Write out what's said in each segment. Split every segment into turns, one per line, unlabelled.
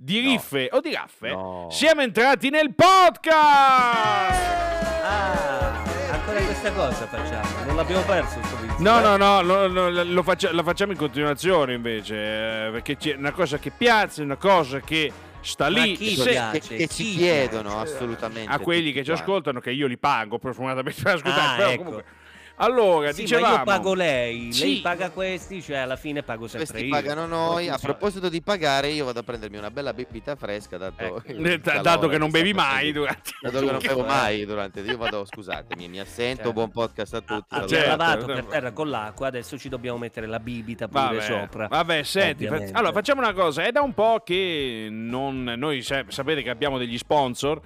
di
No.
riffe o di raffe,
No.
siamo entrati nel podcast!
Ah, ancora questa cosa facciamo. Non l'abbiamo perso sto vizio.
No,
eh?
no, no, lo, lo- lo faccia- la facciamo in continuazione invece, eh, perché c'è una cosa che piace, una cosa che sta
Ma
lì.
chi
se-
piace?
che, che ci
Sì,
chiedono
eh.
assolutamente
a quelli
tutti
che ci
quanti.
ascoltano, che io li pago profondamente per ascoltare.
Ah,
però
ecco.
comunque. Allora,
Sì,
dicevamo,
ma io pago lei,
Sì.
lei paga questi, cioè alla fine pago sempre
Questi
io. diciamo,
pagano
Come
noi. A
funziona?
proposito di pagare, io vado a prendermi una bella bibita fresca, dato,
Ecco.
il
eh, da-
calore
dato che non
sta
bevi mai,
facendo.
durante-
Dato che non bevo
Eh.
mai durante. Io vado, scusatemi, mi assento.
Certo.
Buon podcast a tutti. eh,
Ah,
certo.
Abbiamo
salute.
lavato per terra con l'acqua, adesso ci dobbiamo mettere la bibita pure
Vabbè,
sopra.
vabbè, senti, fa-
ovviamente.
allora facciamo una cosa, è da un po' che non, noi sa- sapete che abbiamo degli sponsor,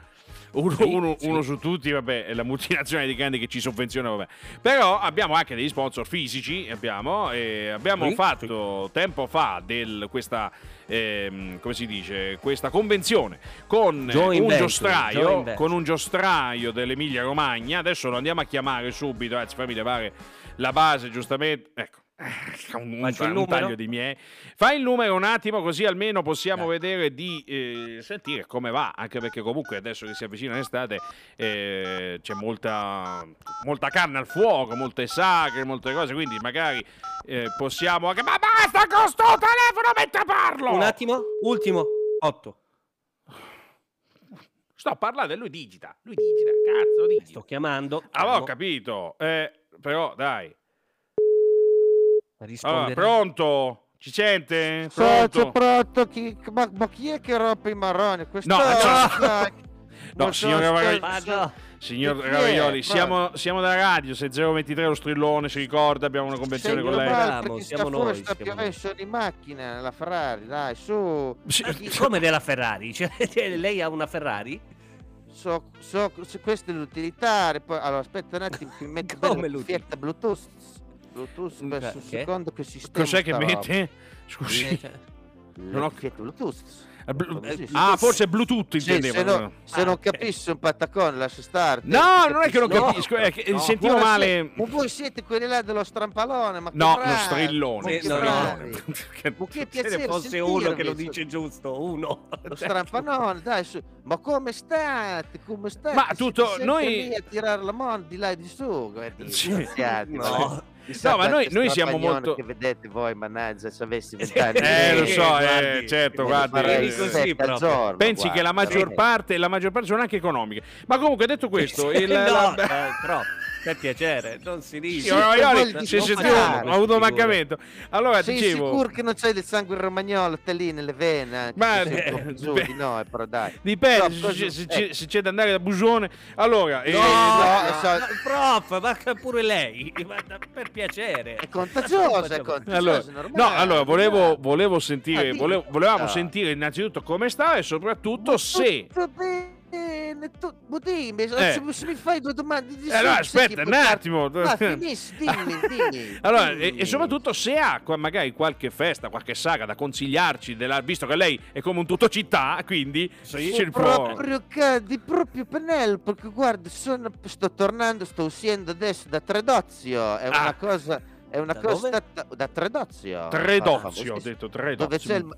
uno,
Sì,
uno-
sì.
uno su tutti, vabbè, è la multinazionale di Candy che ci sovvenziona, vabbè, però abbiamo anche degli sponsor fisici, abbiamo, e abbiamo
Sì,
fatto tempo fa del, questa, ehm, come si dice, questa convenzione con eh,
Joint
un
venture, joint
giostraio,
venture.
con un giostraio dell'Emilia Romagna, adesso lo andiamo a chiamare subito, eh, anzi fammi levare la base giustamente, ecco. Un, un,
Faccio il
un
numero?
taglio di miei. Fai il numero un attimo, così almeno possiamo
Ecco.
vedere di eh, sentire come va. Anche perché, comunque, adesso che si avvicina l'estate eh, c'è molta, molta carne al fuoco, molte sacre, molte cose. Quindi, magari eh, possiamo anche. Ma basta con sto telefono mentre parlo!
Un attimo, ultimo, 8.
Sto parlando e lui digita. Lui digita. Cazzo, digita.
Sto chiamando.
Avevo
calmo,
capito, eh, però, dai. Allora,
rispondere.
pronto? Ci sente? Pronto?
Socio pronto, chi, ma, ma chi è che rompe i marroni? Questo
No,
è-
No,
Non
signora
so,
Varagli-
Paga.
Signor
Chi è?
Ravioli,
Guarda.
siamo, siamo da radio 6023 lo strillone, si ricorda, abbiamo una convenzione
Signor
con lei.
Valper,
Bravo,
che
siamo
sta
noi,
fuori, sta
siamo noi.
piovendo di macchina, la Ferrari, dai, su.
Sì,
Ma chi- Come della Ferrari? Cioè, lei ha una Ferrari?
So, so, se questo è l'utilitare. Poi, allora, aspetta un attimo, mi metto
Come
bene la cuffietta
l'utilità?
Bluetooth. Bluetooth,
Mm,
adesso
che-
un secondo che sistema.
Cos'è che
sta roba.
mette? Scusi.
Cioè,
La
Non ho-
cuffietta Bluetooth.
Eh, blu-
Sì, sì.
Ah, forse Bluetooth
Sì, se,
intendeva.
no- se
Ah,
non
ok.
capissi un patacone, lascia stare.
No, non è che non
No.
capisco, è che
No.
sentivo
Guarda,
male.
sì, Ma voi siete quelli là dello strampalone? Ma che
No, lo
bravo,
strillone.
Sì,
ma che
no, no.
bravi.
strillone.
Ma che
Se
piacere
ne fosse
sentirvi,
uno che lo
so-
dice giusto, uno.
Lo strampanone, dai, su. ma come state? Come state?
Ma
Siete
tutto-
sempre
noi-
lì a tirare la mano di là e di su, guardi,
Sì.
disgraziati, ma-
No.
chissà
No, ma noi-
quante
noi siamo
strampagnone
molto-
che vedete voi, mannaggia, se avessi vent'anni.
Eh, lo so, eh,
guardi,
certo,
lo
guardi,
farei
eh,
sette
così
al
proprio.
giorno,
Pensi che la
guarda,
maggior
veramente.
parte, la maggior parte sono anche economiche. Ma comunque, detto questo, il,
no,
la-
eh, però, per piacere, non si dice.
Signor
Sì,
Ravioli,
per voi
si è
di
sentito
smontare,
un automancamento. Allora,
Sei
dicevo,
sicuro che non c'è del sangue romagnolo te lì nelle vene? anche
Ma- eh,
se sei un po' giù di
beh.
no, però dai.
dipende
No,
se,
cosa-
c'è- se
eh.
c'è- se c'è da andare da Busone. Allora, eh,
No,
no,
no,
so-
no, prof, ma che pure lei, ma da- per piacere.
È contagioso, è contagioso,
Allora,
è normale.
no, allora volevo,
dai.
volevo sentire,
Ah, dimmi.
volevo- volevamo
Ah.
sentire innanzitutto come sta e soprattutto
Ma
se.
Tutto bene, tu, ma dimmi,
Eh.
se, se mi fai due domande di
Eh, allora,
su, sai chi
aspetta un
potrà-
attimo.
Ma finisci, dimmi, dimmi.
Allora, e,
dimmi.
e soprattutto se ha qua- magari qualche festa, qualche saga da consigliarci, della- visto che lei è come un tutto città, quindi
Sì.
ci
Oh,
può-
proprio cadi, proprio Penel, perché guarda, sono, sto tornando, sto uscendo adesso da Tredozio, è
Ah.
una cosa, è una
Da
cosa
dove?
da, da Tredozio.
Tredozio,
Ah,
ho
sì, sì,
detto
Dove c'è,
Tredozio.
il,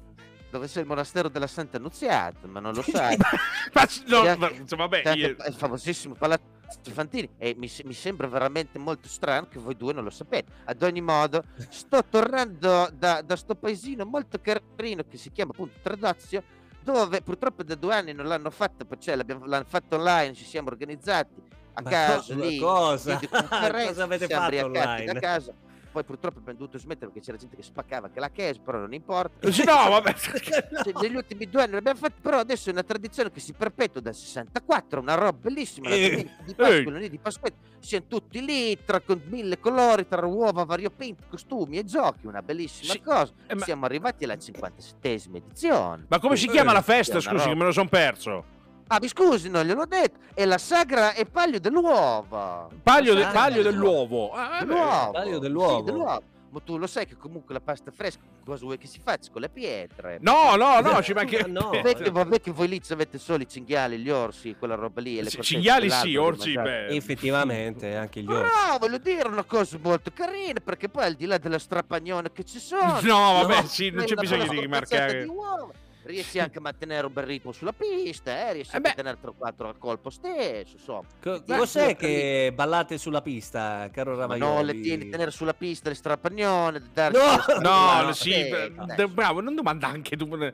dove c'è il monastero della Santa Annunziata, ma non lo sai.
Ma no,
C'è
ma-
anche-
insomma, vabbè,
C'è anche
Eh, io-
Cioè, il famosissimo palazzo Fantini e mi, se- mi sembra veramente molto strano che voi due non lo sapete ad ogni modo sto tornando da, da sto paesino molto carino che si chiama appunto Tradazio dove purtroppo da due anni non l'hanno fatto cioè l'abbiamo, l'hanno fatto online ci siamo organizzati a
Ma
caso
co-
lì
cosa?
videoconferenze,
Cosa avete
siamo
fatto
ubriacati
online?
da casa poi purtroppo abbiamo dovuto smettere perché c'era gente che spaccava anche la cash però non importa
No, vabbè.
cioè, negli ultimi due anni l'abbiamo fatto, però adesso è una tradizione che si perpetua dal 64, una roba bellissima, la
Eh,
domenica di Pasqua,
eh.
il lunedì di Pasquetta, siamo tutti lì, tra con mille colori, tra uova, variopinti, costumi e giochi, una bellissima
Sì,
cosa.
eh, ma-
Siamo arrivati alla 57esima edizione.
Ma come si
Eh,
chiama la
è
festa?
una
Scusi, che
roba.
me lo son perso.
Ah, mi scusi, non gliel'ho detto, è la sagra e paglio dell'uovo.
Paglio,
La
de-
sagra
paglio
dell'uovo.
dell'uovo. Ah, vabbè.
Dell'uovo.
Taglio
Sì,
dell'uovo.
Ma tu lo sai che comunque la pasta fresca, cosa vuoi che si faccia con le pietre?
No, no, no,
Eh,
ci manca.
no.
Eh,
Vabbè che, vabbè che voi lì avete solo i cinghiali, gli orsi, quella roba lì. e le
sì,
crocchette,
Cinghiali sì,
l'albero da
orsi
mangiare.
beh.
Effettivamente, anche gli orsi.
Però voglio dire una cosa molto carina, perché poi al di là della strapagnone che ci sono...
No, vabbè,
No,
sì, non
è
c'è
una
bisogno di
bella scorpazzata
rimarcare.
di uova. riesci anche a mantenere un bel ritmo sulla pista, eh, riesci
Eh
a
beh.
mantenere 3 o 4 al colpo stesso, insomma.
Co-
Beh,
cos'è
sì,
che ballate sulla pista, caro
Ma
Ravaioli?
no, le tieni tenere sulla pista le strapagnone, da darti
No!
le strapagnone,
No, sì,
eh,
beh,
dai,
d-
insomma.
bravo, non domanda anche tu.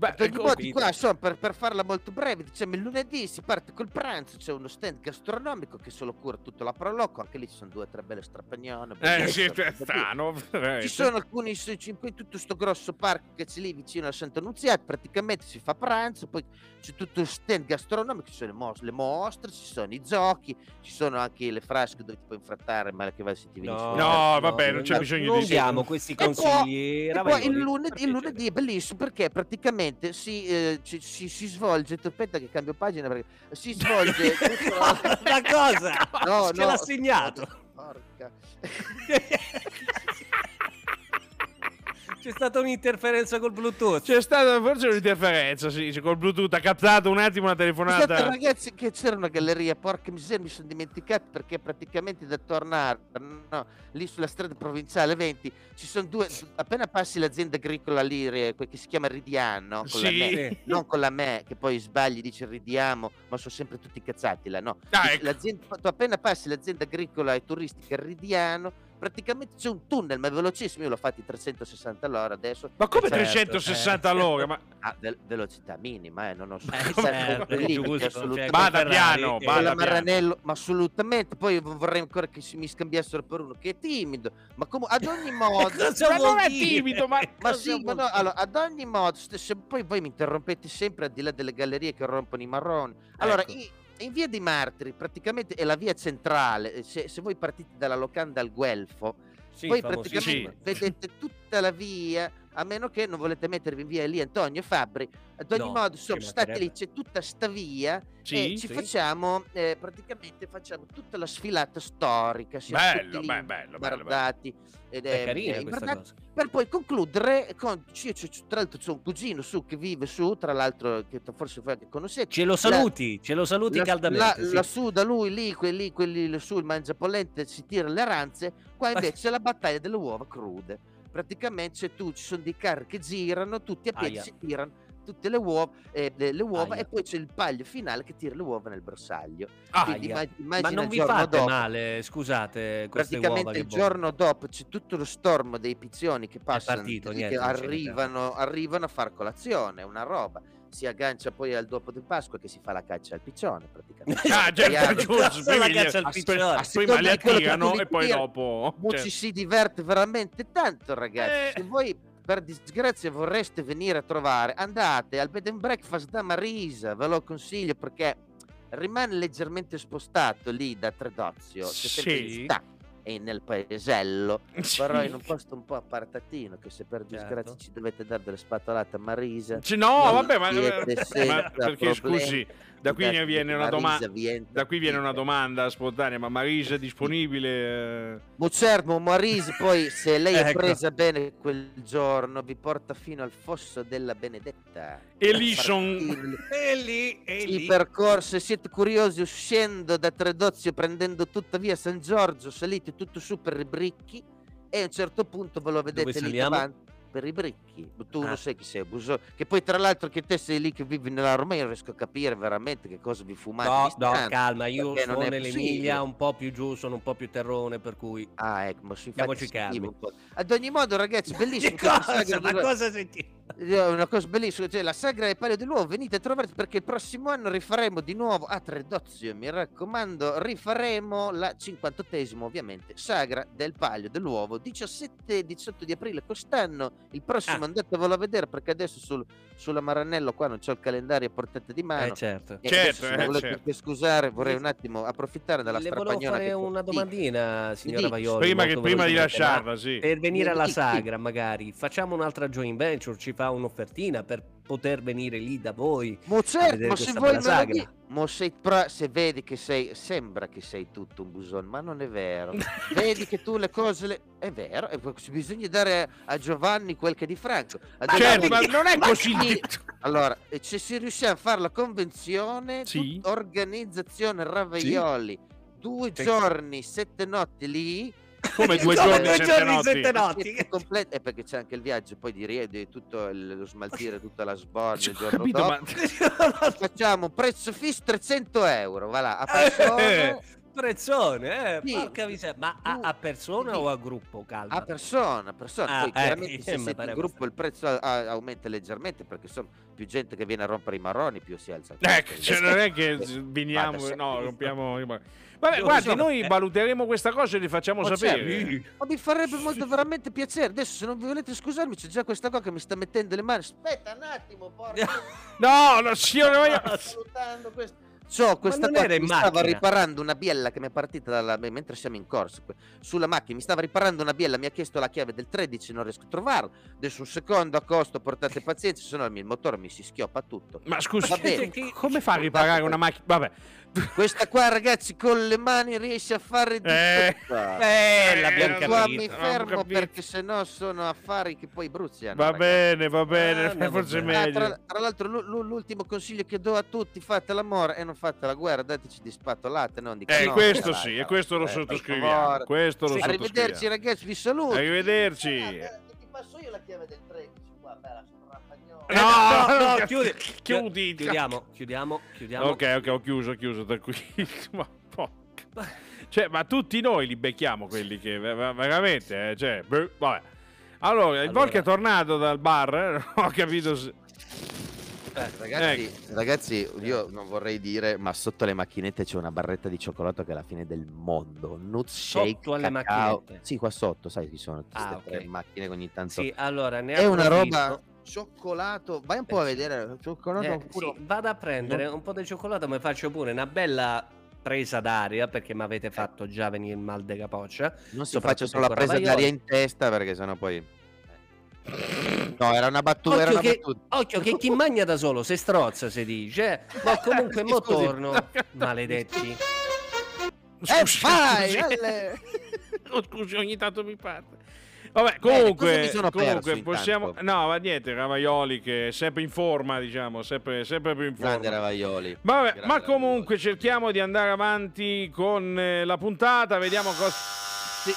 Beh,
Ad ogni
ecco,
modo, di qua, insomma, per, per farla molto breve, diciamo il lunedì si parte col pranzo, c'è uno stand gastronomico che solo cura tutto la proloco, anche lì ci sono due o tre belle strapagnone.
eh,
bellezza,
sì, è
da dire.
strano. eh,
Ci
veramente.
sono alcuni s- ci- in tutto sto grosso parco che c'è lì vicino a Sant'Annunziata, praticamente si fa pranzo, poi c'è tutto lo stand gastronomico, ci sono le, mos- le mostre, ci sono i giochi, ci sono anche le frasche dove ti puoi infrattare, male che vai se ti vieni
No,
su.
No, vabbè, non c'è bisogno di-
Non diamo questi
poi-
consigli,
E poi
Ravaioli.
il lunedì, il
Per
lunedì è bellissimo perché praticamente si, eh, ci- si, si svolge. Aspetta, che cambio pagina perché si svolge.
piacere. La cosa
No,
ce
no.
l'ha segnato.
Porca.
C'è stata un'interferenza col Bluetooth.
C'è stata forse un'interferenza, sì, cioè, col Bluetooth ha captato un attimo la
Scusate,
telefonata.
Esatto, ragazzi, che c'era una galleria. Porca miseria, mi sono dimenticato perché praticamente da tornare no, lì sulla strada provinciale 20 ci sono due. Appena passi l'azienda agricola lì, eh, que- che si chiama Ridiano, con la
Eh,
me,
Sì.
non con la me che poi sbagli, dice ridiamo, ma sono sempre tutti cazzati là, no?
Ah,
Dice,
ecco.
l'azienda- tu appena passi l'azienda agricola e turistica Ridiano, praticamente c'è un tunnel, ma è velocissimo. Io l'ho fatti 360 all'ora adesso.
Ma come
Certo,
360
eh.
all'ora? Ma
a ve- velocità minima, eh, non ho
Eh,
senza
certo,
comunque lì, perché
giusto,
assolutamente-
cioè, con
Bada
Ferrari
piano,
e-
bada
Quella
piano.
Marranello, ma assolutamente. Poi vo- vorrei ancora che si- mi scambiassero per uno che è timido. Ma comu- ad ogni modo,
Cosa
Ma
vuol
non è
dire?
timido, ma-
ma
cosa
sì, ma
vuol
no,
dire?
allora, ad ogni modo, st- se poi voi mi interrompete sempre al di là delle gallerie che rompono i marroni. Allora,
Ecco.
i- in via dei Martiri, praticamente è la via centrale. eh, Se, se voi partite dalla locanda al Guelfo,
Sì,
voi
famosissimo.
praticamente vedete tutta la via, a meno che non volete mettervi in via lì Antonio e Fabri. Ad ogni
No,
modo,
ci
insomma, state lì, c'è
mancherebbe.
tutta sta via e
Sì,
ci
sì.
facciamo, eh, praticamente facciamo tutta la sfilata storica. Siamo
Bello,
Cioè, tutti lì
beh, bello, bello,
bardati, ed
È
è-
carina
è
questa
imbardati
cosa.
per poi concludere con c'è- c'è- c'è- tra l'altro c'è un cugino su che vive su tra l'altro che t- forse voi anche conoscete
Ce lo saluti, ce lo saluti
la, la,
caldamente. sì.
lassù da lui lì quelli, quelli lassù il mangiapolente si tira le ranze qua
Ma-
invece c'è la battaglia delle uova crude praticamente c'è tu ci sono dei carri che girano tutti a piedi
Aia.
si tirano tutte le uova, eh, le, le uova
Aia.
e poi c'è il paglio finale che tira le uova nel bersaglio
Ah,
quindi
Aia.
imma-
Ma
immagina
non
il
vi
giorno
fate
dopo
male, scusate, queste uova
praticamente
che
il
bollano.
giorno dopo c'è tutto lo stormo dei piccioni che passano
partito,
così,
niente,
che
non c'è niente.
arrivano, arrivano a far colazione, è una roba. Si aggancia poi al dopo di Pasqua che si fa la caccia al piccione praticamente.
Ah,
Esatto,
già,
Chiaro.
giusto,
Cosa la
prima gli-
caccia al
aspe-
piccione?
aspe-
A seconda
prima li
di quello che
attirano
tu
e poi
tira.
dopo...
Mo
Certo.
cioè,
ci si diverte veramente tanto ragazzi.
Eh.
Se voi per disgrazia vorreste venire a trovare, andate al bed and breakfast da Marisa, ve lo consiglio perché rimane leggermente spostato lì da Tredozio, c'è sempre in
Sì.
città e nel paesello
cioè.
però in un posto un po' appartatino che se per
Certo.
disgrazia ci dovete dare delle spatolate a Marisa
Cioè, no,
Non
vabbè, ma, eh,
siete
ma
senza
perché
problemi.
scusi, da qui ne
Scusate,
viene una
Marisa
domanda.
vi entra
Da qui viene una
dentro.
domanda spontanea, ma Marisa è disponibile? eh?
Bucerbo Marisa poi se lei è
Ecco.
presa bene quel giorno vi porta fino al fosso della benedetta
E lì son-
Partire-
E lì, e
il
lì.
percorso, se siete curiosi, uscendo da Tredozio, prendendo tutta via San Giorgio, salite tutto su per i bricchi e a un certo punto ve lo vedete lì
saliamo?
davanti per i bricchi. Tu
Ah.
non sai chi sei, Buso. Che poi tra l'altro che te sei lì che vivi nella Romagna, non riesco a capire veramente che cosa vi fumate.
No,
di
no,
strano.
calma, io
eh, perché
sono
non è
nell'Emilia
possibile.
un po' più giù, sono un po' più terrone, per cui...
Ah, ecco, ma si infatti
Stiamoci
si
calmi.
vive un po'. Ad ogni modo, ragazzi, bellissimo.
Che
questa
cosa?
sagra
Ma
dura-
cosa senti?
È una cosa bellissima, cioè la sagra del Palio dell'Uovo, venite a trovarci perché il prossimo anno rifaremo di nuovo a Tredozio, mi raccomando, rifaremo la 58esima ovviamente sagra del Palio dell'Uovo, 17 e 18 di aprile quest'anno, il prossimo
Ah.
andatevelo a vedere perché adesso sul- sulla Maranello qua non c'ho il calendario a portata di mano.
Eh, certo.
E
Certo,
adesso, se
eh,
non volete
certo.
anche scusare, vorrei un attimo approfittare della
Le volevo
strapagnola
fare
che-
una
Sì.
domandina, signora
dica.
Vaioli.
Prima, che-
molto
prima di
velocemente, ma
lasciarla, sì.
Per venire
Mi
alla
dica.
sagra, magari, facciamo un'altra joint venture, ci fa un'offertina per poter venire lì da voi.
Mo
a
certo,
vedere
ma se
questa
vuoi
bella
me lo di-
sagra.
Mo sei pra- se vedi che sei, sembra che sei tutto un buson, ma non è vero. vedi che tu le cose le... È vero, e poi ci bisogna dare a Giovanni quel che è di Franco. Ad ogni
Certo,
modo-
ma non è
Eh, Ma
così
chi-
detto.
Allora, e se si riusciamo a fare la convenzione,
Sì.
tut- organizzazione Ravaioli, due
Sì.
giorni, sette notti lì,
Come due
Come
giorni
due
sette
giorni
notti?
sette notti.
È completo, è perché c'è anche il viaggio poi di Riede, tutto il- lo smaltire, tutta la sborna
Cioè,
il
ho
giorno
capito,
dopo.
ma
Facciamo un prezzo fisso 300 euro, va là, a
Eh.
persona,
Ah, Prezzone, eh,
Eh, Sì.
porca miseria. Ma a, a persona
Sì.
o a gruppo, calma?
a persona, a persona.
Ah,
Poi
eh,
chiaramente
mi
se siete
pare
in gruppo il prezzo a- a- aumenta leggermente perché insomma più gente che viene a rompere i marroni più si alza. il prezzo.
Ecco, cioè, non è che viniamo,
Vada,
no,
sì.
rompiamo. Vabbè,
Io
guardi,
sono-
noi
eh.
valuteremo questa cosa e vi facciamo
Ma
sapere.
Sì.
Ma mi farebbe molto veramente piacere. Adesso se non vi volete scusarmi c'è già questa qua che mi sta mettendo le mani. Aspetta un attimo, porca
No, no, signore, voglio-
Ah,
No,
salutando questo. C'ho questa
non
qua
era
che
in
mi stava
macchina?
riparando una biella che mi è partita dalla- me- mentre siamo in corsa que- sulla macchina. Mi stava riparando una biella, mi ha chiesto la chiave del 13, non riesco a trovarla. Adesso un secondo a costo, portate pazienza, se no il mio motore mi si schioppa tutto.
Ma scusi,
Va bene.
co- come fa a riparare una macchina? Vabbè,
Questa qua, ragazzi, con le mani riesce a fare di
Eh.
tutto.
Eh, l'abbiamo
Eh,
Qua
capito.
mi
abbiamo
fermo
capito.
perché sennò sono affari che poi bruciano.
va
Eh, ragazzi.
bene, va
Ah,
bene,
no,
forse è
vabbè.
Ah,
meglio.
tra, tra l'altro, l'u- l'u- l'ultimo consiglio che do a tutti: fate l'amore e non fate la guerra, dateci di spatolate, non di
Eh,
cannone,
questo
dai, eh,
sì,
dai,
e questo lo
dai, per
sottoscriviamo.
favore.
Questo lo
Sì.
sottoscriviamo.
Arrivederci, ragazzi, vi saluto.
Arrivederci.
Eh, ti passo io la chiave del 13 qua, bella, sono rampagnola.
Eh, no, no,
no,
chiudi.
chiudi.
Chiudiamo, chiudiamo, chiudiamo. Eh,
Ok, ok, ho chiuso, ho chiuso, tranquillo. Ma porca. Cioè, ma tutti noi li becchiamo quelli che ver- ver- veramente, eh, cioè, beh, vabbè. Allora, il
Allora.
Volk è tornato dal bar, eh, non ho capito se...
Eh, Ragazzi,
ecco.
ragazzi, io non vorrei dire, ma sotto le macchinette c'è una barretta di cioccolato che è la fine del mondo. Nut shake,
Sotto alle
cacao.
macchinette?
Sì, qua sotto, sai, ci sono queste
Ah,
tre
ok.
macchine che ogni tanto
Sì, allora ne
è una roba
approfitto.
cioccolato vai un po' a vedere cioccolato
Eh,
puro.
sì, vado a prendere un po' di cioccolato, mi faccio pure una bella presa d'aria perché mi
Eh.
avete fatto già venire il mal de capoccia.
non si
soprattutto
faccia solo la
con
presa
Ravaioli.
d'aria in testa perché sennò poi no era una battuta era
Occhio
una
che-
battuta
Occhio che chi magna da solo se strozza, si dice. eh. Ma comunque mo
Scusi.
torno, maledetti.
eh
Scusi,
vai
scusi.
alle-
Oh, Scusi, ogni tanto mi parte. Vabbè,
Bene,
comunque,
cosa mi sono
comunque
perso intanto?
possiamo... No, ma niente, Ravaioli che è sempre in forma, diciamo, sempre, sempre più in
grande
forma.
Ravaioli
Vabbè,
Grande
ma
Ravaioli.
comunque cerchiamo di andare avanti con eh, la puntata, vediamo cosa...
Sì.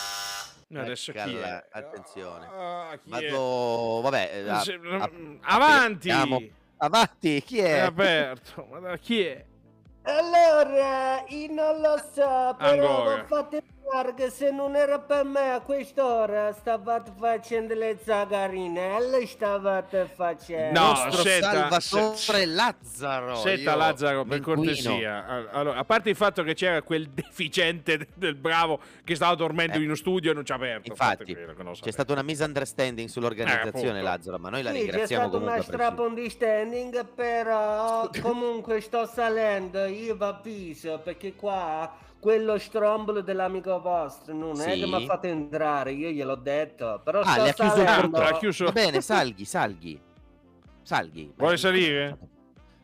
No, adesso chi
Eccola,
è?
Ecco, attenzione.
Ah, chi è?
vado vabbè eh, a-
Se-
a-
avanti! Eh,
Andiamo. avanti chi
È
è
aperto. Ma da- chi è?
Allora, io non lo so, però
Ancora.
non fate che se non era per me a quest'ora stavate facendo le zagarinelle, stavate facendo.
No,
nostro
senta,
Salvatore
se-
Lazzaro
Senta
io
Lazzaro, per
Minguino.
cortesia. All- Allora, a parte il fatto che c'era quel deficiente de- del bravo che stava dormendo
Eh.
in uno studio e non ci ha aperto.
Infatti,
Fate quello che non so
c'è stata una misunderstanding
Eh,
sull'organizzazione
appunto.
Lazzaro ma noi la
Sì, c'è
ringraziamo
stato
comunque
una
a prescindere.
strappa di standing, però comunque sto salendo, io vi avviso perché qua quello strombolo dell'amico vostro non è
Sì.
che mi ha fatto entrare, io gliel'ho detto, però
Ah,
sto
le ha chiuso il
salendo.
portone, ha chiuso-
Va bene, salghi, salghi. Salghi.
Vuole
Ma-
salire?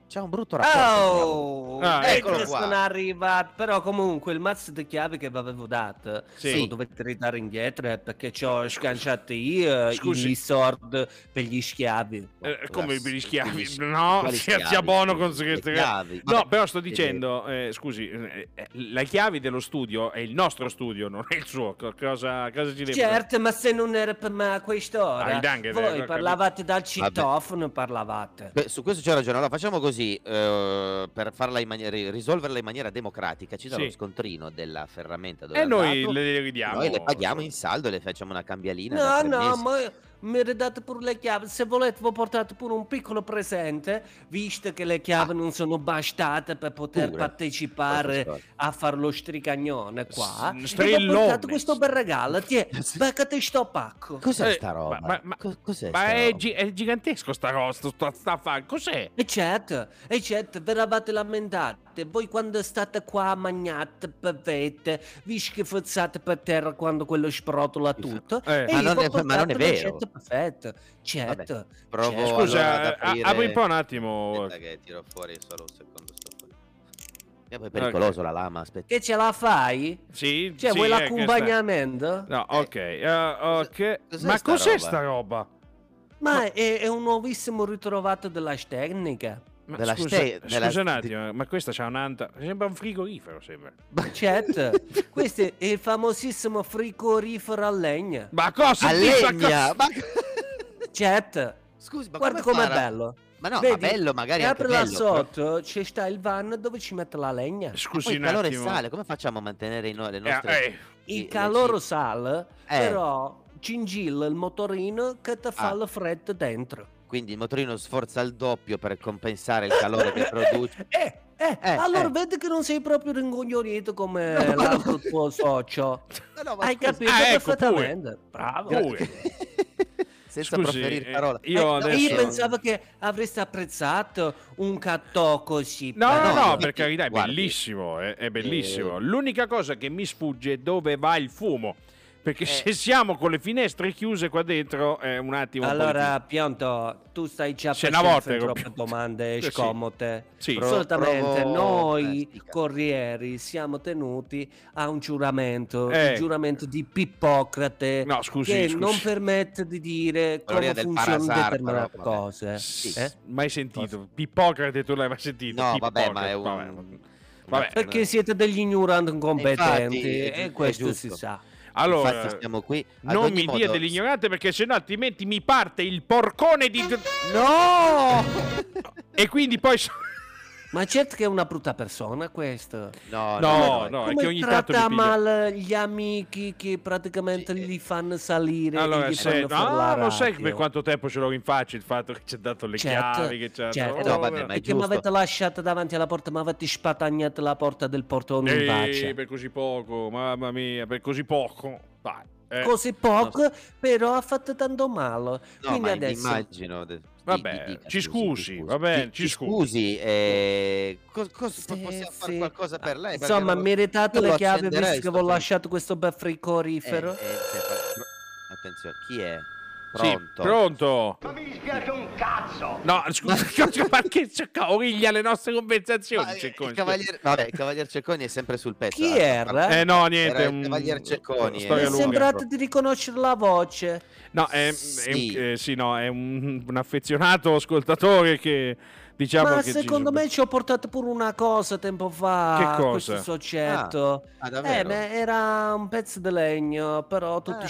C'è un brutto rapporto.
Oh,
Ah,
eccolo
ecco,
qua.
sono arrivato. Però comunque il mazzo di chiavi che vi avevo dato
Sì.
lo dovete ridare indietro eh, perché ci ho scanciato io
Scusi.
i sword per gli schiavi.
Eh, come per gli schiavi?
Quindi-
No,
quali
sia,
schiavi?
sia buono con
Le chiavi.
No,
Vabbè,
però sto
vedete.
dicendo, eh, scusi, eh, eh, la chiave dello studio è il nostro studio, non è il suo. Co- Cosa, cosa ci deve
Certo, ma se non era per me a
Ah,
quest'ora,
il Danghe, eh, ho
voi
capito.
parlavate dal citofono, parlavate.
Beh, su questo c'è ragione. Allora, facciamo così eh, per farla in maniera, ri- risolverla in maniera democratica. Ci dà
Sì.
lo scontrino della ferramenta dove
E
è
noi
andato,
le ridiamo.
noi le paghiamo in saldo, le facciamo una cambialina. da
No,
tre
no,
mesi.
ma mi ridate pure le chiavi. Se volete, vi portate pure un piccolo presente, visto che le chiavi
Ah.
non sono bastate per poter
Pure.
partecipare
Porca storia.
a far lo stricagnone qua.
S-
E vi ho
strillone.
portato questo bel regalo. Ti è, beccati sto pacco.
Cos'è
Eh,
sta roba?
ma- ma- ma-
Co- Cos'è
Ma
sta
è,
roba?
gi- è gigantesco sta cosa, sto- sta, sta fa- Cos'è?
E certo, e certo, ve eravate lamentate. Voi quando state qua a magnate, bevete, vi schifozzate per terra quando quello sprotolo ha tutto.
Eh,
e
ma
io
non
vi ho
è- ma non è
portato
vero.
l'accetto Perfetto, certo.
Provo
Cioè,
Scusa,
allora ad
eh,
aprire- Eh,
apri un po' un attimo.
Aspetta che tiro fuori solo un secondo. Sto fuori. Eh, poi È pericoloso la lama, aspetta.
Che ce la fai?
Sì,
Cioè,
sì,
vuoi
eh, che
l'accompagnamento?
sta- No, ok. eh, ok.
cos'è
Ma
sta
cos'è
roba?
sta roba?
Ma è, è un nuovissimo ritrovato della tecnica.
Ma
Della
scusa,
ste-
scusa
della-
un attimo, ma questa c'ha un'anta. Sembra un frigorifero, sembra.
Chat, Certo. questo è il famosissimo frigorifero a legna.
Ma cosa
A
dici?
legna! Ma...
Chat,
Scusi, ma
guarda
come
com'è
fa a-
bello.
Ma no,
Vedi,
ma bello magari
E
è anche
apri là
bello. però-
sotto, c'è sta il van dove ci mette la legna.
Scusi
Poi il
un
calore
attimo.
sale, come facciamo a mantenere i no- le
Eh,
nostre...
eh,
Sì,
Il
eh,
calore
sì.
sale,
Eh.
però cingilla il motorino che ti fa
Ah.
il freddo dentro.
Quindi il motorino sforza al doppio per compensare il calore che produce.
Eh, eh,
Eh,
allora
eh.
vedi che non sei proprio ringognolito come
No, ma
l'altro
no.
tuo socio.
No, no, ma
Hai
scusi.
capito
Ah, ecco,
perfettamente. Bravo.
Gra-
Io,
Pure.
Senza
Scusi,
proferire
eh,
parola.
io adesso-
pensavo che avresti apprezzato un cattò
Eh,
così.
No,
però.
no, no,
infatti,
per carità, è
guardi, Eh.
bellissimo, è, è bellissimo. L'unica cosa che mi sfugge è dove va il fumo, perché
Eh.
se siamo con le finestre chiuse qua dentro è un attimo... un po'
Allora, Pianto, tu stai già
Se una
facendo
volta ero
troppe
più-
domande
Eh, sì.
scomode.
Sì. Pro-
Assolutamente,
provo-
noi
eh, dica.
corrieri siamo tenuti a un giuramento,
Eh.
il giuramento di Pippocrate,
No, scusi,
che
scusi.
non permette di dire
Teoria
come
del
funzionano
Parasar,
determinate
però, vabbè.
cose.
S-
Eh?
Mai sentito? Pippocrate tu l'hai mai sentito?
No, vabbè, ma è
Pippocrate,
un-
vabbè. eh, Vabbè.
Perché siete degli ignoranti incompetenti
Infatti, è
e
giu-
questo
è
si
giusto.
sa.
Allora,
Infatti siamo qui. Ad
non
ogni
mi
modo-
dia dell'ignorante perché sennò altrimenti mi parte il porcone di...
No!
E quindi poi... so-
Ma certo che è una brutta persona questo.
No,
no, no,
no, è
Come
che ogni tanto mi
tratta
piglia.
male gli amici che praticamente
Sì, eh.
li fanno salire e
Allora,
gli
se,
fanno fare la
no, lo sai
radio?
per quanto tempo ce l'ho in faccia il fatto che ci ha dato le
Certo,
chiavi, che ci ha
certo.
Oh,
No, vabbè, ma è
E che mi
giusto.
avete lasciato davanti alla porta, mi avete spatagnato la porta del portone in
Ehi,
faccia.
per così poco, mamma mia, per così poco. Dai. eh,
Così poco, però ha fatto tanto male.
No,
Quindi
ma
adesso
immagino. de- di-
Vabbè,
di- dica,
ci
scusi,
scusi,
ci
va bene, ci scusi.
eh, cos- cos-
Sì,
possiamo fare
sì.
qualcosa per lei? Perché
Insomma,
non-
meritate
io
le
lo
chiavi
accenderei
visto che
sto
vi ho
fan-
lasciato questo bel fricorifero.
Eh, eh, sì, fa- Attenzione, chi è?
sì,
Pronto?
pronto.
Non mi dispiace un cazzo!
No, scusa, ma che cerca origlia le nostre conversazioni?
Ma, eh,
Cecconi,
il cavalier... Vabbè, il cavalier Cecconi è sempre sul pezzo.
Chi
eh,
era?
scusa. Eh no, niente.
Era il
un-
cavalier Cecconi,
storia
Mi
eh.
è
lunga.
sembrato di riconoscere la voce.
No, è, è un-
Sì.
eh, sì, no, è un, un affezionato ascoltatore che diciamo
Ma
che ci-
secondo me ci ho portato pure una cosa tempo fa.
Che
a
cosa?
Questo soggetto.
Ah,
eh,
davvero?
ma era un pezzo di legno, però tutto
Ah.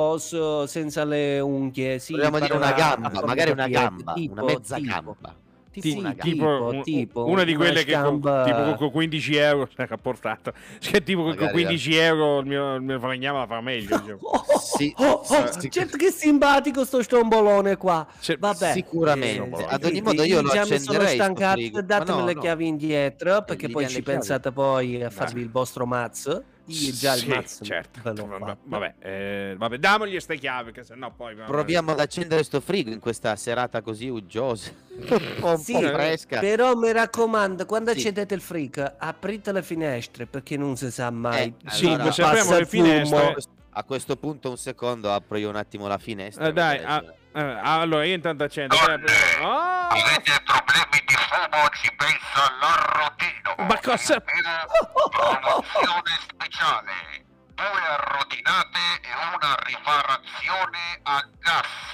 schifoso, senza le unghie. Sì,
Vogliamo dire una
pareva a
gamba,
forma
magari una
di
gamba,
tipo,
una mezza
tipo,
gamba.
ti-
Ti-
sì,
una
tipo,
gamba.
un-
tipo,
una di quelle che con,
gamba-
tipo con- con 15 euro si era portata che tipo che con
Magari,
15 euro il mio, il mio falegname la fa meglio diciamo.
Oh, oh,
Sì,
oh, oh,
sì.
certo che è simpatico sto strombolone qua.
Se-
Vabbè,
Sicuramente.
eh,
Ad ogni
quindi
modo io lo
già mi sono
accenderei. sto frigo.
stancato,
Ma
datemi
no,
le
no.
chiavi indietro
Eh,
perché
gli
poi
dia
ci
le chiavi.
pensate poi a farvi
Dai.
il vostro mazzo. Io già il
Sì,
mazzo
certo.
ve l'ho
Va-
fatto.
vabbè, eh, vabbè, damogli ste chiavi che sennò poi
Proviamo ad accendere sto frigo in questa serata così uggiosa. un po', un
Sì,
eh.
po' fresca.
Però mi raccomando, quando
Sì.
accendete il freak, aprite le finestre perché non si sa mai.
Eh,
Sì,
Allora,
ma se apriamo
passa
le
il fumo.
finestre
A questo punto un secondo apro io un attimo la finestra.
Eh, dai, ah,
Adesso-
eh, allora io intanto accendo. poi apri- Oh,
Avete problemi di fumo? Ci pensa l'arrodino!
Ma cosa-
ah,
Donazione speciale! Due arrodinate e una rifarazione a gas!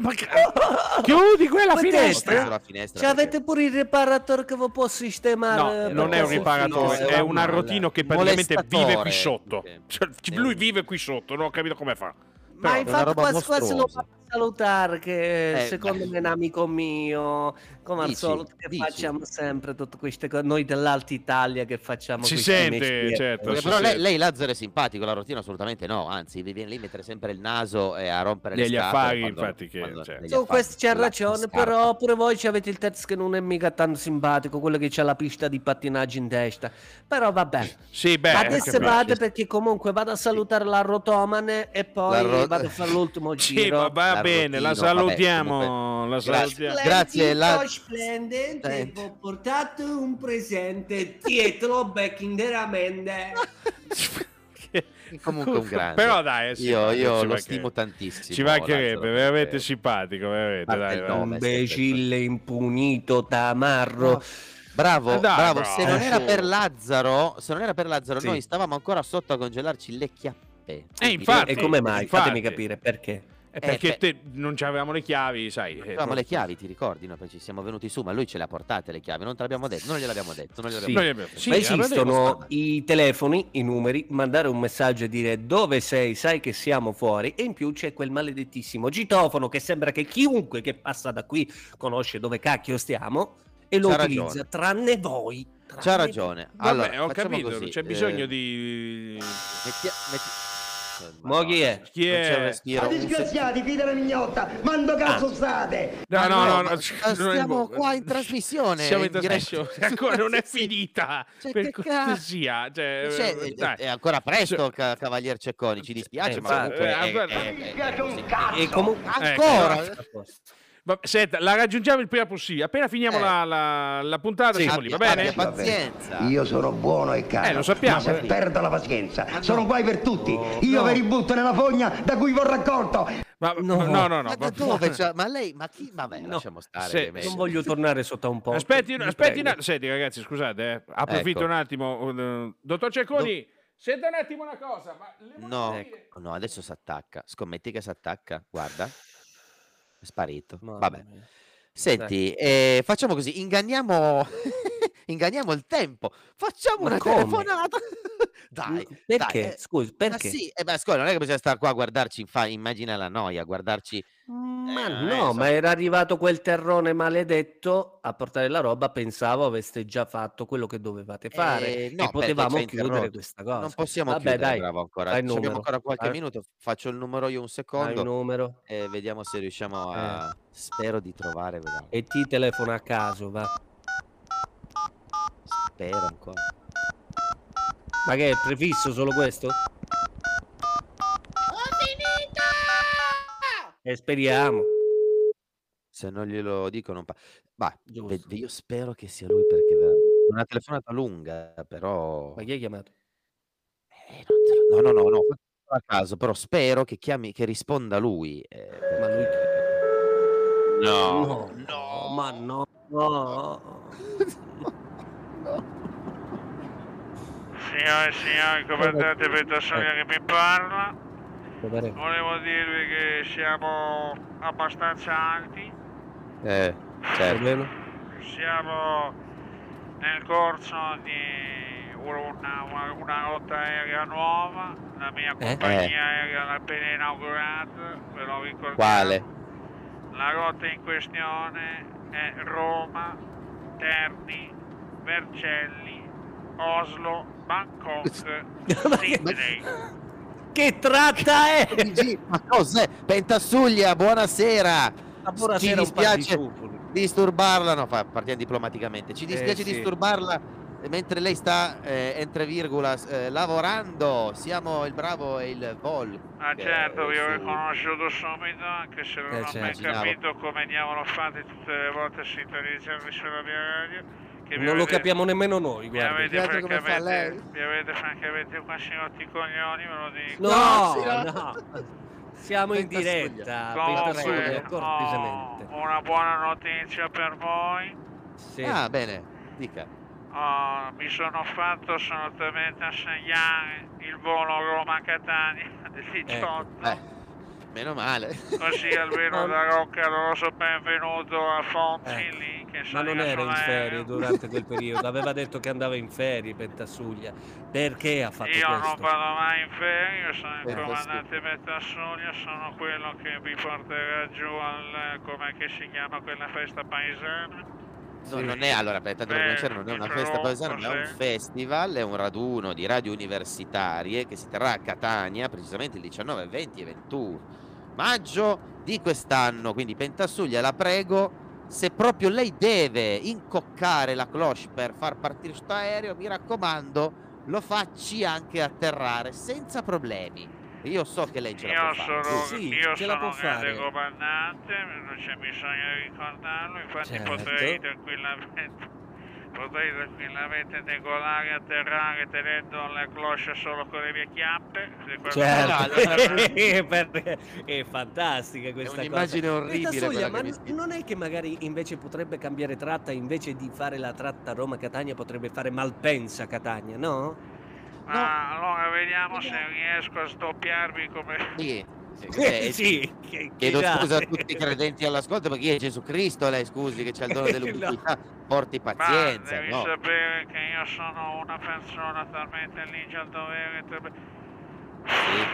ma che- Chiudi quella
Ma
Ho aperto
finestra.
destra?
la finestra.
Ci Cioè, avete pure il riparatore che vi può sistemare. eh,
No,
per
non è un
questo
riparatore,
figlio,
è
se
un
va
arrotino
male.
che praticamente vive qui
Molestatore.
sotto.
Ok.
Cioè, ci- lui vive qui sotto, non ho capito come fa.
Ma
Però-
È una
infatti
roba
quasi quasi lo
mostruosa.
vado a salutare che
Eh,
secondo
beh.
me è un amico mio, come al
Dici,
solito che
dici.
facciamo sempre tutte queste cose, noi dell'Alta Italia che facciamo
Si
questi
sente,
mestieri.
certo.
Perché
sì,
però
sì.
lei, lei Lazzaro è simpatico, la rotina assolutamente no, anzi vi viene lì a mettere sempre il naso e a rompere le
Degli
scatole
affari,
quando-
infatti, che-
quando-
cioè.
degli
Su
affari,
questo c'ha
la-
ragione,
scarpa.
però pure voi ci avete il terzo che non è mica tanto simpatico, quello che c'ha la pista di pattinaggio in testa. Però vabbè.
Sì, beh, ho
Adesso
capito.
vado perché comunque vado a salutare la rotomane e poi
La ro-
vado a fare l'ultimo giro.
Sì, ma va
la
bene, la
rotina, vabbè,
salutiamo. La
Grazie.
salutiamo.
Grazie, la- Eh.
splendente,
Senti.
vi ho portato un presente dietro back interamente.
Comunque un grande.
Però dai, eh, sì,
io,
dai,
io
ci
lo
mancherebbe.
stimo tantissimo.
Ci mancherebbe,
Lazzaro,
veramente
eh,
simpatico, veramente.
Parte
Dai,
il
dai.
nome.
Imbecille impunito, tamarro.
no. Bravo,
Eh, dai,
bravo.
bravo.
Se non era
Su.
per Lazzaro, se non era per Lazzaro,
Sì.
noi stavamo ancora sotto a congelarci le chiappe. Quindi-
Eh, infatti.
e come mai?
infatti.
Fatemi capire perché.
Eh, perché
beh.
te non avevamo le chiavi, sai. eh,
Avevamo
no-
le chiavi, ti ricordi? No? Poi ci siamo venuti su, ma lui ce le ha portate le chiavi, non te l'abbiamo detto, non gliel'abbiamo detto, non gliel'abbiamo
Noi le abbiamo- sì,
Ma
le abbiamo-
esistono i telefoni, i numeri, mandare un messaggio e dire dove sei, sai che siamo fuori e in più c'è quel maledettissimo citofono che sembra che chiunque che passa da qui conosce dove cacchio stiamo e lo
C'ha
utilizza,
ragione.
tranne voi.
detto. C'ha
tranne
ragione.
Vabbè,
allora,
ho
facciamo
capito,
così,
c'è bisogno
eh,
di...
metti- metti- Eh,
Mo chi è?
Madonna,
Chi
non c'è
è?
respiro,
Ma
un
disgraziati, figlia della mignotta! Mando cazzo state!
No, no, no,
ma
no,
sta-
non è-
stiamo qua in trasmissione,
Siamo in
in diretta.
trasmissione, ancora non è
Sì.
finita.
Cioè,
per
che ca-
cortesia, cioè,
sec- Cioè,
eh,
eh,
dai. Cioè
è ancora presto, ca- Cavalier Cecconi, ci dispiace,
eh,
ma
infatti,
comunque
eh,
è-
guarda.
è-
Non
è-
mi
è
piace
così.
un cazzo!
E Eh, comunque...
Ancora?
Ecco. Va- senta, la raggiungiamo il prima possibile. Appena finiamo
Eh.
la, la- la puntata,
Sì.
siamo lì, va bene?
Abbia pazienza.
Io sono buono e caro.
Eh, lo sappiamo,
Ma se
eh.
perdo la pazienza, sono guai per tutti.
no.
Io ve li butto nella fogna da cui vi ho raccolto.
Ma,
No.
no, no, no.
Ma
va-
da dove? c'ha- ma lei, ma chi? Vabbè,
No.
lasciamo stare.
Se-
che è meglio.
Non voglio tornare sotto a un po'.
Aspetti, aspetti un attimo. Senti, ragazzi, scusate, eh. approfitto
Ecco.
un attimo. eh, Dottor Cecconi, senta un attimo una cosa. Ma le voglio
No,
dire-
Ecco.
no, adesso si attacca. Scommetti che si attacca. Guarda, è sparito.
Mamma
Vabbè.
mia.
Senti, eh, facciamo così: inganniamo, inganniamo il tempo. Facciamo
Ma
una
come?
telefonata. dai,
Mm,
dai,
Perché?
eh,
Scusi,
ma
perché?
sì, eh, ma scusa, non è che bisogna stare qua a guardarci. in fa- immagina la noia, guardarci.
Ma
Eh,
no,
adesso-
ma era arrivato quel terrone maledetto a portare la roba, pensavo aveste già fatto quello che dovevate fare
Eh, no,
e
perché
potevamo
ci ha
chiudere
interrotto.
questa cosa.
Non possiamo
Vabbè,
chiudere,
dai,
bravo, ancora.
fai il
Ci abbiamo
numero,
ancora qualche
fai-
minuto. Faccio il numero io un
Hai il
secondo
numero
e vediamo se riusciamo a. Spero di trovare, vediamo.
e ti telefono a caso, va.
Spero ancora.
Ma che è prefisso solo questo? E Eh, speriamo.
Se non glielo dico, non pa- Bah,
Giusto.
ve- io spero che sia lui perché veramente- una telefonata lunga, però.
Ma chi hai chiamato?
Eh, non te lo- No, no, no, no. fatto A caso, però spero che chiami, che risponda lui. eh,
Ma lui
perché- No,
no, ma no, no.
Signore e signori, comandante Petassoglia che vi parla, volevo dirvi che siamo abbastanza alti,
Eh, certo.
siamo nel corso di una, una- una rotta aerea nuova, la mia
Eh?
compagnia aerea l'ha appena inaugurata, ve lo ricordiamo.
Quale?
La rotta in questione è Roma, Terni, Vercelli, Oslo, Bangkok, Sydney.
Che tratta è?
Luigi, Ma cos'è? Pentasuglia, buonasera. Ci
Buonasera, un po' di
dispiace
ciufoli.
disturbarla. No, fa- partiamo diplomaticamente. Ci dispiace
Eh, sì.
disturbarla eh, mentre lei sta, eh, entre virgolas, eh, lavorando. Siamo il bravo e il Vol.
Ah certo, vi ho
su-
riconosciuto subito, anche se non
Eh,
ho
certo.
mai
Immaginavo.
capito come diavolo fate tutte le volte a sintonizzarvi sulla mia radio. Che mi
Non lo
avete-
capiamo nemmeno noi,
Mi
guarda.
avete,
Guarda come fa
francamente,
lei.
mi avete francamente quascinotti i coglioni, ve lo dico.
No,
Grazie.
no. Siamo in
Pentasuglia.
diretta,
Comunque,
Pentasuglia,
ho
cortesemente.
una buona notizia per voi.
Sì.
Ah, bene, dica.
Oh, mi sono fatto assolutamente assegnare il volo Roma-Catania del
Ecco,
18.
Eh, meno male.
Così almeno da Rocca l'oso benvenuto a Fonzi
Ecco.
lì che
Ma non
saliva
era in
sull'aereo.
ferie durante quel periodo, aveva detto che andava in ferie Pentasuglia. Perché ha fatto
Io non
questo? Eh,
vado mai in ferie, io sono il
Pentasuglia.
comandante Bettassuglia, sono quello che vi porterà giù al, com'è che si chiama quella festa paesana?
No, non è allora, per tanto per
Beh,
cominciare, non è una festa
interrompo,
paesana, ma è un
sì.
festival, è un raduno di radio universitarie che si terrà a Catania precisamente il 19, 20 e 21 maggio di quest'anno. Quindi Pentasuglia, la prego, se proprio lei deve incoccare la cloche per far partire questo aereo, mi raccomando, lo facci anche atterrare senza problemi. Io so che lei ce la
Io
può fare.
sono,
Sì,
io
ce la
sono
può
un grande
fare.
comandante, non c'è bisogno di ricordarlo, infatti
Certo.
potrei tranquillamente potrei tranquillamente decolare, atterrare tenendo la cloche solo con le mie chiappe. se qualcuno-
Certo, Per- è fantastica
È
questa cosa.
un'immagine orribile
Pentasuglia,
quella
ma
che mi
n- non è che magari invece potrebbe cambiare tratta, invece di fare la tratta Roma-Catania potrebbe fare Malpensa-Catania, no?
Ma allora vediamo se riesco a stoppiarmi come
Sì, Eh,
sì, che-
Chiedo
già-
scusa a tutti i credenti all'ascolto perché è Gesù Cristo, lei scusi, che c'è il dono dell'ubiquità, porti pazienza,
devi
no?
sapere che io sono una persona talmente ligia al dovere. talmente-
Sì.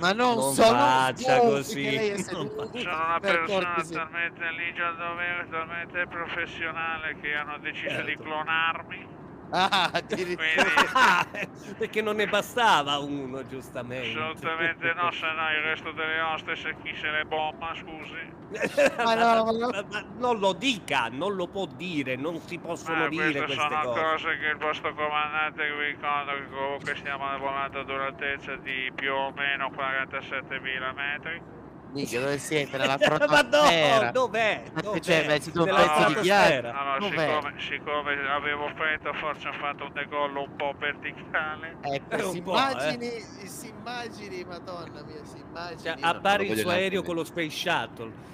Ma non,
Non
sono
faccia
sgonfi
così,
che lei è
non
seduta
Sono una
per
persona
cortesia.
talmente ligia al dovere, talmente professionale che hanno deciso di
Certo.
clonarmi.
Ah, addirittura.
Quindi-
Ah, perché non ne bastava uno, giustamente.
Assolutamente no, se no il resto delle hostess è chi se le bomba, scusi.
Ma no, ma no.
Ma- ma non lo dica, non lo può dire, non si possono
Ma
dire
Ah, Eh, queste
queste
sono
cose.
cose. che il vostro comandante vi ricorda che comunque stiamo volando ad un'altezza di più o meno 47.000 metri.
Minchia, dove siete? Nella
ma
frontiera.
no, dov'è?
Ma
dov'è?
cioè, ma ci sono
Nella
pezzi di
stratosfera.
ghiaccio.
Allora,
Dov'è?
siccome, siccome avevo fretta, forse ho fatto un decollo un po' verticale.
Ecco,
Eh, un
si
po', eh.
immagini, si immagini, madonna mia, si immagini.
Cioè,
No,
a Bari
non
il suo
voglio
aereo
neanche
con lo Space Shuttle.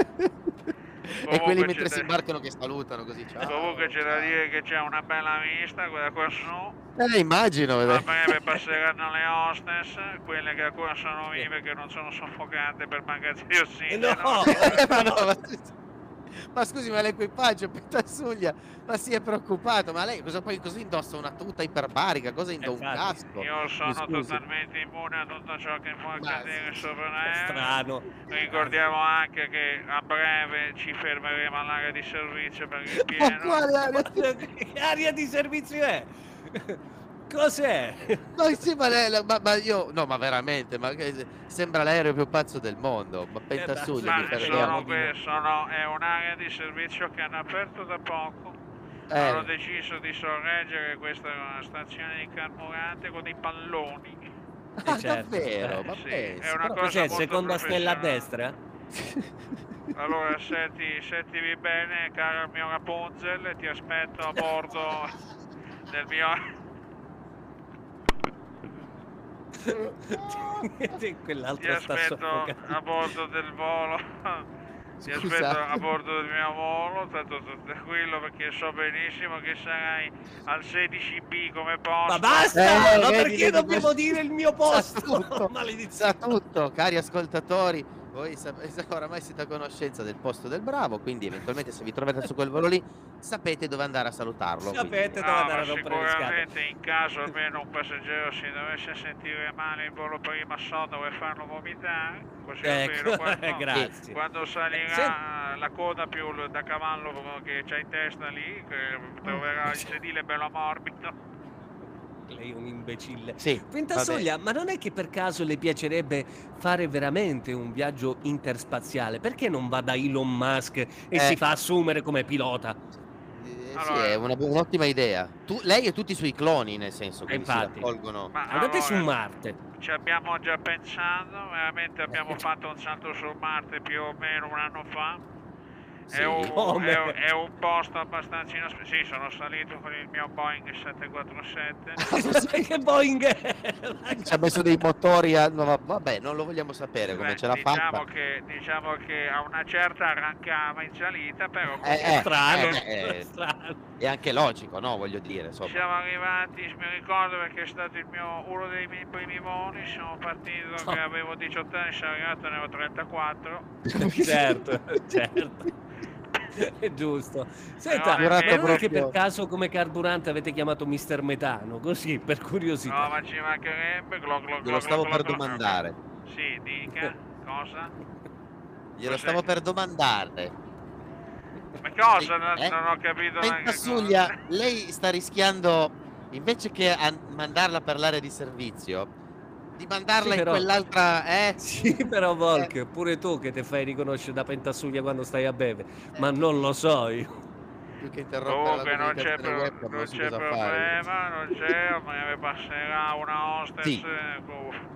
vedere. e quelli
Comunque
mentre
c'è
si
da-
imbarcano che salutano così. Ciao.
Comunque c'è da dire che c'è una bella vista, quella qua su.
Eh, immagino,
A
vedete.
breve passeranno le hostess, quelle che ancora sono vive, che non sono soffocate per mancanza di
Eh,
ossigeno.
no,
ma, no, ma... ma scusi, ma l'equipaggio Petassuglia, ma si è preoccupato, ma lei cosa poi cosa indossa una tuta iperbarica? Cosa indossa un
Infatti,
casco?
Io sono
scusi.
totalmente immune a tutto ciò che può
Ma
accadere
sì,
sopra
È
l'aereo.
strano.
Eh, Ricordiamo anche che a breve ci fermeremo all'area di servizio per il
Ma
pieno.
quale aria?
Che aria di servizio è? Cos'è?
Ma, sì, ma, lei- la- ma- ma io, no, ma veramente, ma che- sembra l'aereo più pazzo del mondo. Ma Petassuglia,
ma
mi
Eh,
eh.
Ma
fermiamo,
sono,
perdono.
que- sono- è un'area di servizio che hanno aperto da poco. Hanno
Eh,
deciso di sorreggere questa stazione di carburante con dei palloni.
ah,
certo,
davvero,
eh,
ma
sì,
pensi,
è una
però-
cosa
Cos'è?
molto
Seconda stella a
professionale.
destra?
Allora senti, sentimi bene, caro mio Rapunzel, ti aspetto a bordo del mio... Ti
Quell'altro sta
aspetto
soffocando.
a bordo del volo. Ti aspetto
Scusate.
a bordo del mio volo, tanto tu tranquillo perché so benissimo che sarai al 16B come posto.
Ma basta!
Eh,
ma
vedi, vedi,
perché dobbiamo
questo- Esatto.
dire il mio
Sa
posto?
tutto, sa
Maledizione.
tutto, cari ascoltatori. Voi sap- oramai siete a conoscenza del posto del bravo, quindi eventualmente se vi trovate su quel volo lì sapete dove andare a salutarlo. quindi.
Sapete dove
No,
andare
ma
a rompere le scatole.
sicuramente in caso almeno un passeggero si dovesse sentire male in volo prima so dove farlo vomitare, così almeno
Ecco,
quando,
grazie.
quando salirà
Eh, Senti-
la coda più l- da cavallo che c'è in testa lì, che troverà il sedile bello morbido.
Lei è un imbecille.
Sì,
Pentasoglia, ma non è che per caso le piacerebbe fare veramente un viaggio interspaziale? Perché non va da Elon Musk e
Eh.
si fa assumere come pilota?
vabbè, eh,
Allora-
sì, è una bu- un'ottima idea. Tu, lei e tutti i suoi cloni, nel senso che si
Infatti.
raccolgono.
Ma
Andate su
allora,
Marte.
ci abbiamo già pensato, veramente abbiamo
Eh.
fatto un salto su Marte più o meno un anno fa.
Sì.
È, un,
Come?
è un- è un posto abbastanza inospettato. Sì, sono salito con il mio Boeing 747.
che Boeing è?
Ci ha messo dei motori a... no, va- vabbè, non lo vogliamo sapere come
Beh,
ce l'ha
diciamo
fatta.
che, diciamo che a una certa arrancava in salita, però comunque
eh,
strano,
eh, eh.
strano.
È anche logico, no? Voglio dire, insomma.
siamo arrivati, mi ricordo perché è stato il mio- uno dei miei primi voli, sono partito
Ah.
che avevo 18 anni, sono arrivato ne avevo 34.
certo, certo. È giusto.
Però
Senta,
è
ma non è che
proprio-
per caso come carburante avete chiamato Mister Metano? Così, per
No,
curiosità.
ma ci mancherebbe, glo, glo,
Glielo
glo,
stavo
glo,
per
glo, glo.
domandare.
Sì, dica, cosa?
Glielo stavo per domandare.
Ma cosa? Non,
Eh?
non ho capito neanche cosa.
Pentassuglia, lei sta rischiando, invece che a mandarla a parlare di servizio, di mandarla
Sì,
in
però-
quell'altra... Eh?
Sì, però Volk, pure tu che ti fai riconoscere da Pentasuglia quando stai a bere,
Eh.
ma non lo so io.
Più che interrompere
Comunque
la
non c'è,
comunicazione
pro-
web,
non
non so
c'è
cosa fare.
problema, non c'è, ma mi passerà una hostess.
Sì.
eh, con-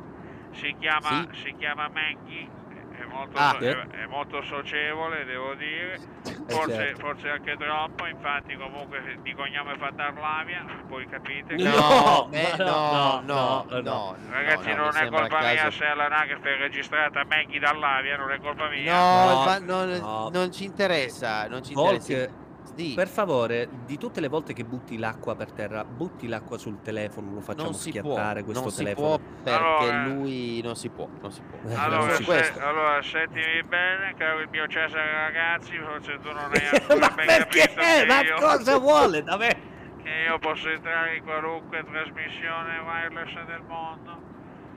Si chiama,
Sì.
si chiama Maggie, è molto,
Ah,
so-
eh.
è molto socievole, devo dire.
Eh,
Forse,
certo.
forse anche troppo, infatti comunque di cognome Fantarlavia, voi capite.
No,
No,
ma
eh,
no,
no, no, no,
no, no.
Ragazzi,
no, no,
non
mi
è
sembra
colpa
il
mia
caso.
se all'anagrafe è registrata Maggie dall'Avia, non è colpa mia.
No,
No,
ma non,
no.
non ci interessa, non ci interessa.
Volk,
Sti,
Per favore, di tutte le volte che butti l'acqua per terra, butti l'acqua sul telefono, lo facciamo
non si può,
schiattare questo
non si
telefono.
può perché
Allora.
lui non si può, non si può.
Eh,
Allora,
su
non si
se-
può.
questo.
allora, sentimi bene, caro il mio Cesare ragazzi, forse tu non hai ancora
Ma
ben
perché?
capito che
Ma
io,
cosa vuole da me?
che io posso entrare in qualunque trasmissione wireless del mondo.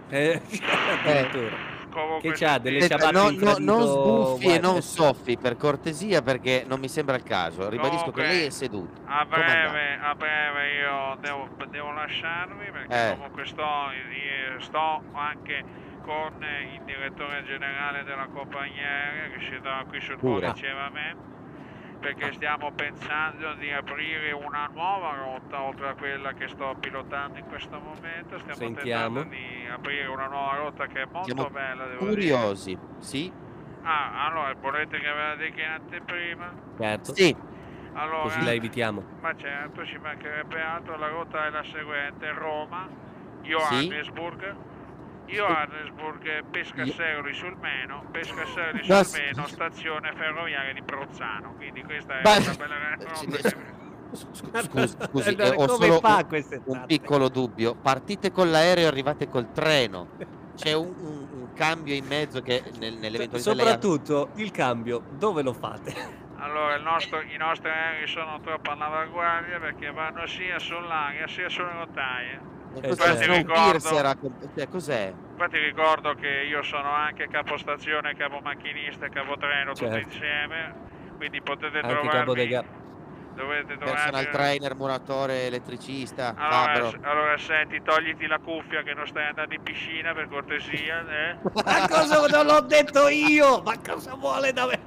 Eh, addirittura.
Comunque
Che c'ha delle
Senta,
ciabatte
Eh, no-
di
no- non
granito
sbuffi e non
wireless.
soffi per cortesia perché non mi sembra il caso. Ribadisco
Comunque,
che lei è seduto.
A
Comandante.
breve, a breve io devo, devo lasciarvi perché
Eh.
comunque sto, io sto anche con eh, il direttore generale della compagnia aerea che si trova qui sul
Pure. Ah.
codice va bene? perché stiamo pensando di aprire una nuova rotta oltre a quella che sto pilotando in questo momento stiamo
Sentiamo.
tentando di aprire una nuova rotta che è molto
Siamo
bella devo dire
Curiosi, sì?
ah allora volete che ve la dica in anteprima?
Certo,
Sì,
allora
così la evitiamo.
ma certo, ci mancherebbe altro, la rotta è la seguente, Roma, Johannesburg, Johannesburg, Pescasseroli sul Meno, Pescasseroli
No,
sul
sì.
Meno, stazione ferroviaria di Prozzano, quindi questa è
Ma-
una bella rotta che-
Scu- scusi, scusi,
Allora,
eh, ho
come
solo
fa
un-
queste
un
tappe?
piccolo dubbio. Partite con l'aereo e arrivate col treno. C'è un, un- un cambio in mezzo che nel, nell'eventualità lei ha-
Soprattutto il cambio, dove lo fate?
Allora, il nostro- i nostri aerei sono troppo all'avanguardia perché vanno sia sull'aria sia sulle rotaie.
Questo
Infatti
è un
ricordo-
piercer a comp- cioè, cos'è?
Infatti ricordo che io sono anche capostazione, capomacchinista e capotreno
Certo.
tutti insieme, quindi potete
Anche
trovarmi...
capo dei cap-
Dovete
Personal
trovarmi...
trainer, muratore, elettricista,
Allora,
fabbro.
allora senti, togliti la cuffia che non stai andando in piscina per cortesia, eh?
Ma cosa non l'ho detto io? Ma cosa vuole da me?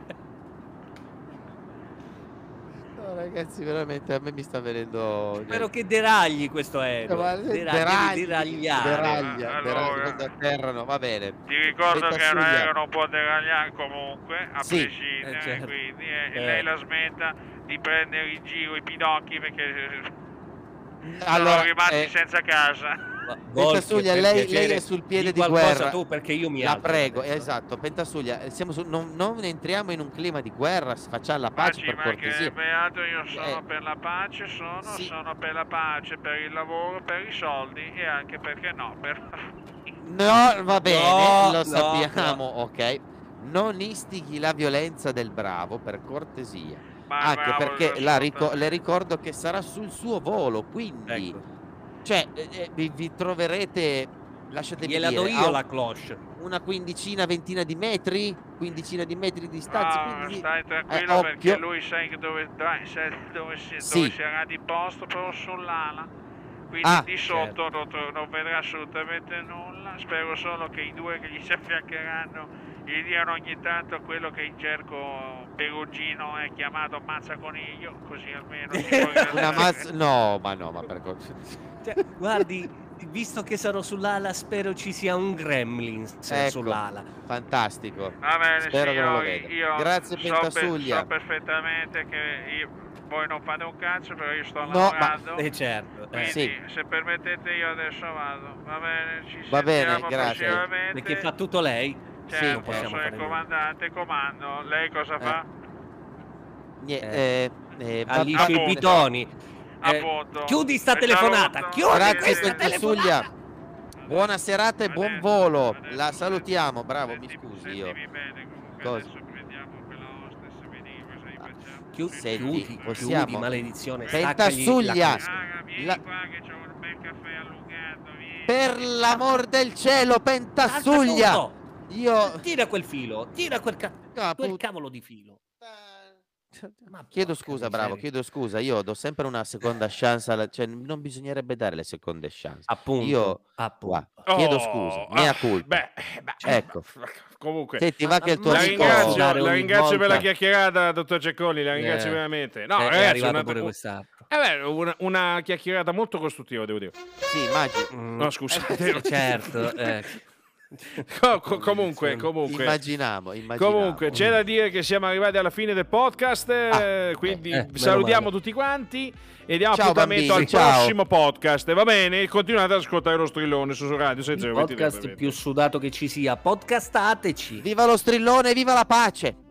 No, ragazzi, veramente a me mi sta venendo.
Spero che deragli questo aereo.
Ma-
Deragli,
deragli,
deragliare.
deraglia,
Allora.
deraglia, quando atterrano, va bene.
Ti ricordo
Aspetta,
che un
Silvia.
aereo non può deragliare comunque, a
Sì, eh,
prescindere,
certo.
quindi eh,
Eh.
lei la smetta di prendere in giro i pidocchi perché eh, sono
Allora,
rimasti
eh,
senza casa.
Ma
Suglia,
per
lei-
piacere,
lei è sul piede di
qualcosa
guerra.
tu perché io mi
la
alzo Ecco,
prego,
adesso.
esatto, Pentasuglia, eh, siamo su- non, non entriamo in un clima di guerra, s- facciamo la
Ma
pace
ci
per cortesia.
mancherebbe altro, eh, io sono
Eh.
per la pace, sono,
Sì.
sono per la pace, per il lavoro, per i soldi e anche perché no, per...
No, va bene,
No,
lo
no,
sappiamo, ok. Non istighi la violenza del bravo, per cortesia.
Ma
Anche
bravo,
perché
lo
la
so,
rico-
tanto.
le ricordo che sarà sul suo volo, quindi...
Ecco,
Cioè, eh, eh, vi, vi troverete, lasciatemi
gliela do
dire,
io
a
la cloche.
una quindicina, ventina di metri, quindicina di metri di distanza,
Ah,
quindi...
stai
eh,
tranquillo
occhio.
perché lui sa che dove, dai, sa dove, si,
Sì.
dove sarà di posto però sull'ala quindi
Ah,
di sotto non tro- non vedrà assolutamente nulla spero solo che i due che gli si affiancheranno gli diano ogni tanto quello che in cerco perugino è chiamato mazza coniglio così almeno si può
Una
rilassare.
mazza... No, ma no, ma per cortesia.
Cioè, guardi, visto che sarò sull'ala, spero ci sia un gremlin se-
Ecco.
sull'ala.
Fantastico.
Va bene,
Spero che non lo
signori,
veda.
io
Grazie,
so,
Pentasuglia.
so perfettamente che io- voi non fate un cazzo però io sto
No, ma-
lavorando
Eh certo. eh.
Quindi,
sì.
se permettete, io adesso vado. Va bene, ci
Va bene,
sentiamo
grazie.
prossimamente.
Perché fa tutto lei.
sì, non
Certo,
possiamo
sono
fare
il
niente.
comandante, comando. Lei cosa fa?
Nie-
Eh.
eh, eh, va- va
Alice i
bene.
pitoni. Eh,
Appunto.
chiudi sta
E
telefonata,
saluto.
chiudi
Grazie,
Grazie,
questa
Adesso,
Pentasuglia. Buona serata e buon
adesso,
volo.
adesso,
La salutiamo. Bravo, mi
senti-
scusi io.
sentimi bene, comunque
Cosa? Ah,
adesso prendiamo quella hostess e vedi cosa gli facciamo.
Chiudi,
Senti,
chiudi,
possiamo-
chiudi, maledizione. staccagli
Pentasuglia.
la cosa.
Raga, vieni
La-
qua che c'ho un bel caffè allungato, vieni.
Per l'amor del cielo,
Alza
Pentasuglia.
tutto.
Io
Tira quel filo, tira quel, ca-
Ah,
quel
put- Cioè,
cavolo di filo. Ma
chiedo
porca
scusa, bravo,
miseria.
chiedo scusa. Io do sempre una seconda chance alla- cioè non bisognerebbe dare le seconde chance.
Appunto,
Io-
appunto.
Guarda, chiedo
Oh,
scusa,
ah,
mea culpa.
Beh, beh,
Ecco.
Comunque,
Senti,
Ma-
va che il tuo
ma-
la
amico
ringrazio,
Dare
la
ogni
ringrazio per la
volta.
chiacchierata, dottor Ceccoli. La ringrazio
Eh,
veramente. No,
Eh, è
ragazzi,
arrivato
una-
pure
un-
quest'altro.
eh beh, una, una chiacchierata molto costruttiva, devo dire.
Sì, immagino.
Mm,
No, scusate.
eh, certo, eh.
Co- co- comunque, comunque.
Immaginavo, immaginavo.
Comunque, c'è da dire che siamo arrivati alla fine del podcast, eh,
Ah,
quindi
eh, eh, meno
salutiamo
male.
tutti quanti e diamo
Ciao,
appuntamento
bambini,
al
ciao.
prossimo podcast. Va bene? Continuate ad ascoltare lo strillone su Radio
Il
623.
podcast più sudato che ci sia. Podcastateci.
Viva lo strillone, viva la pace.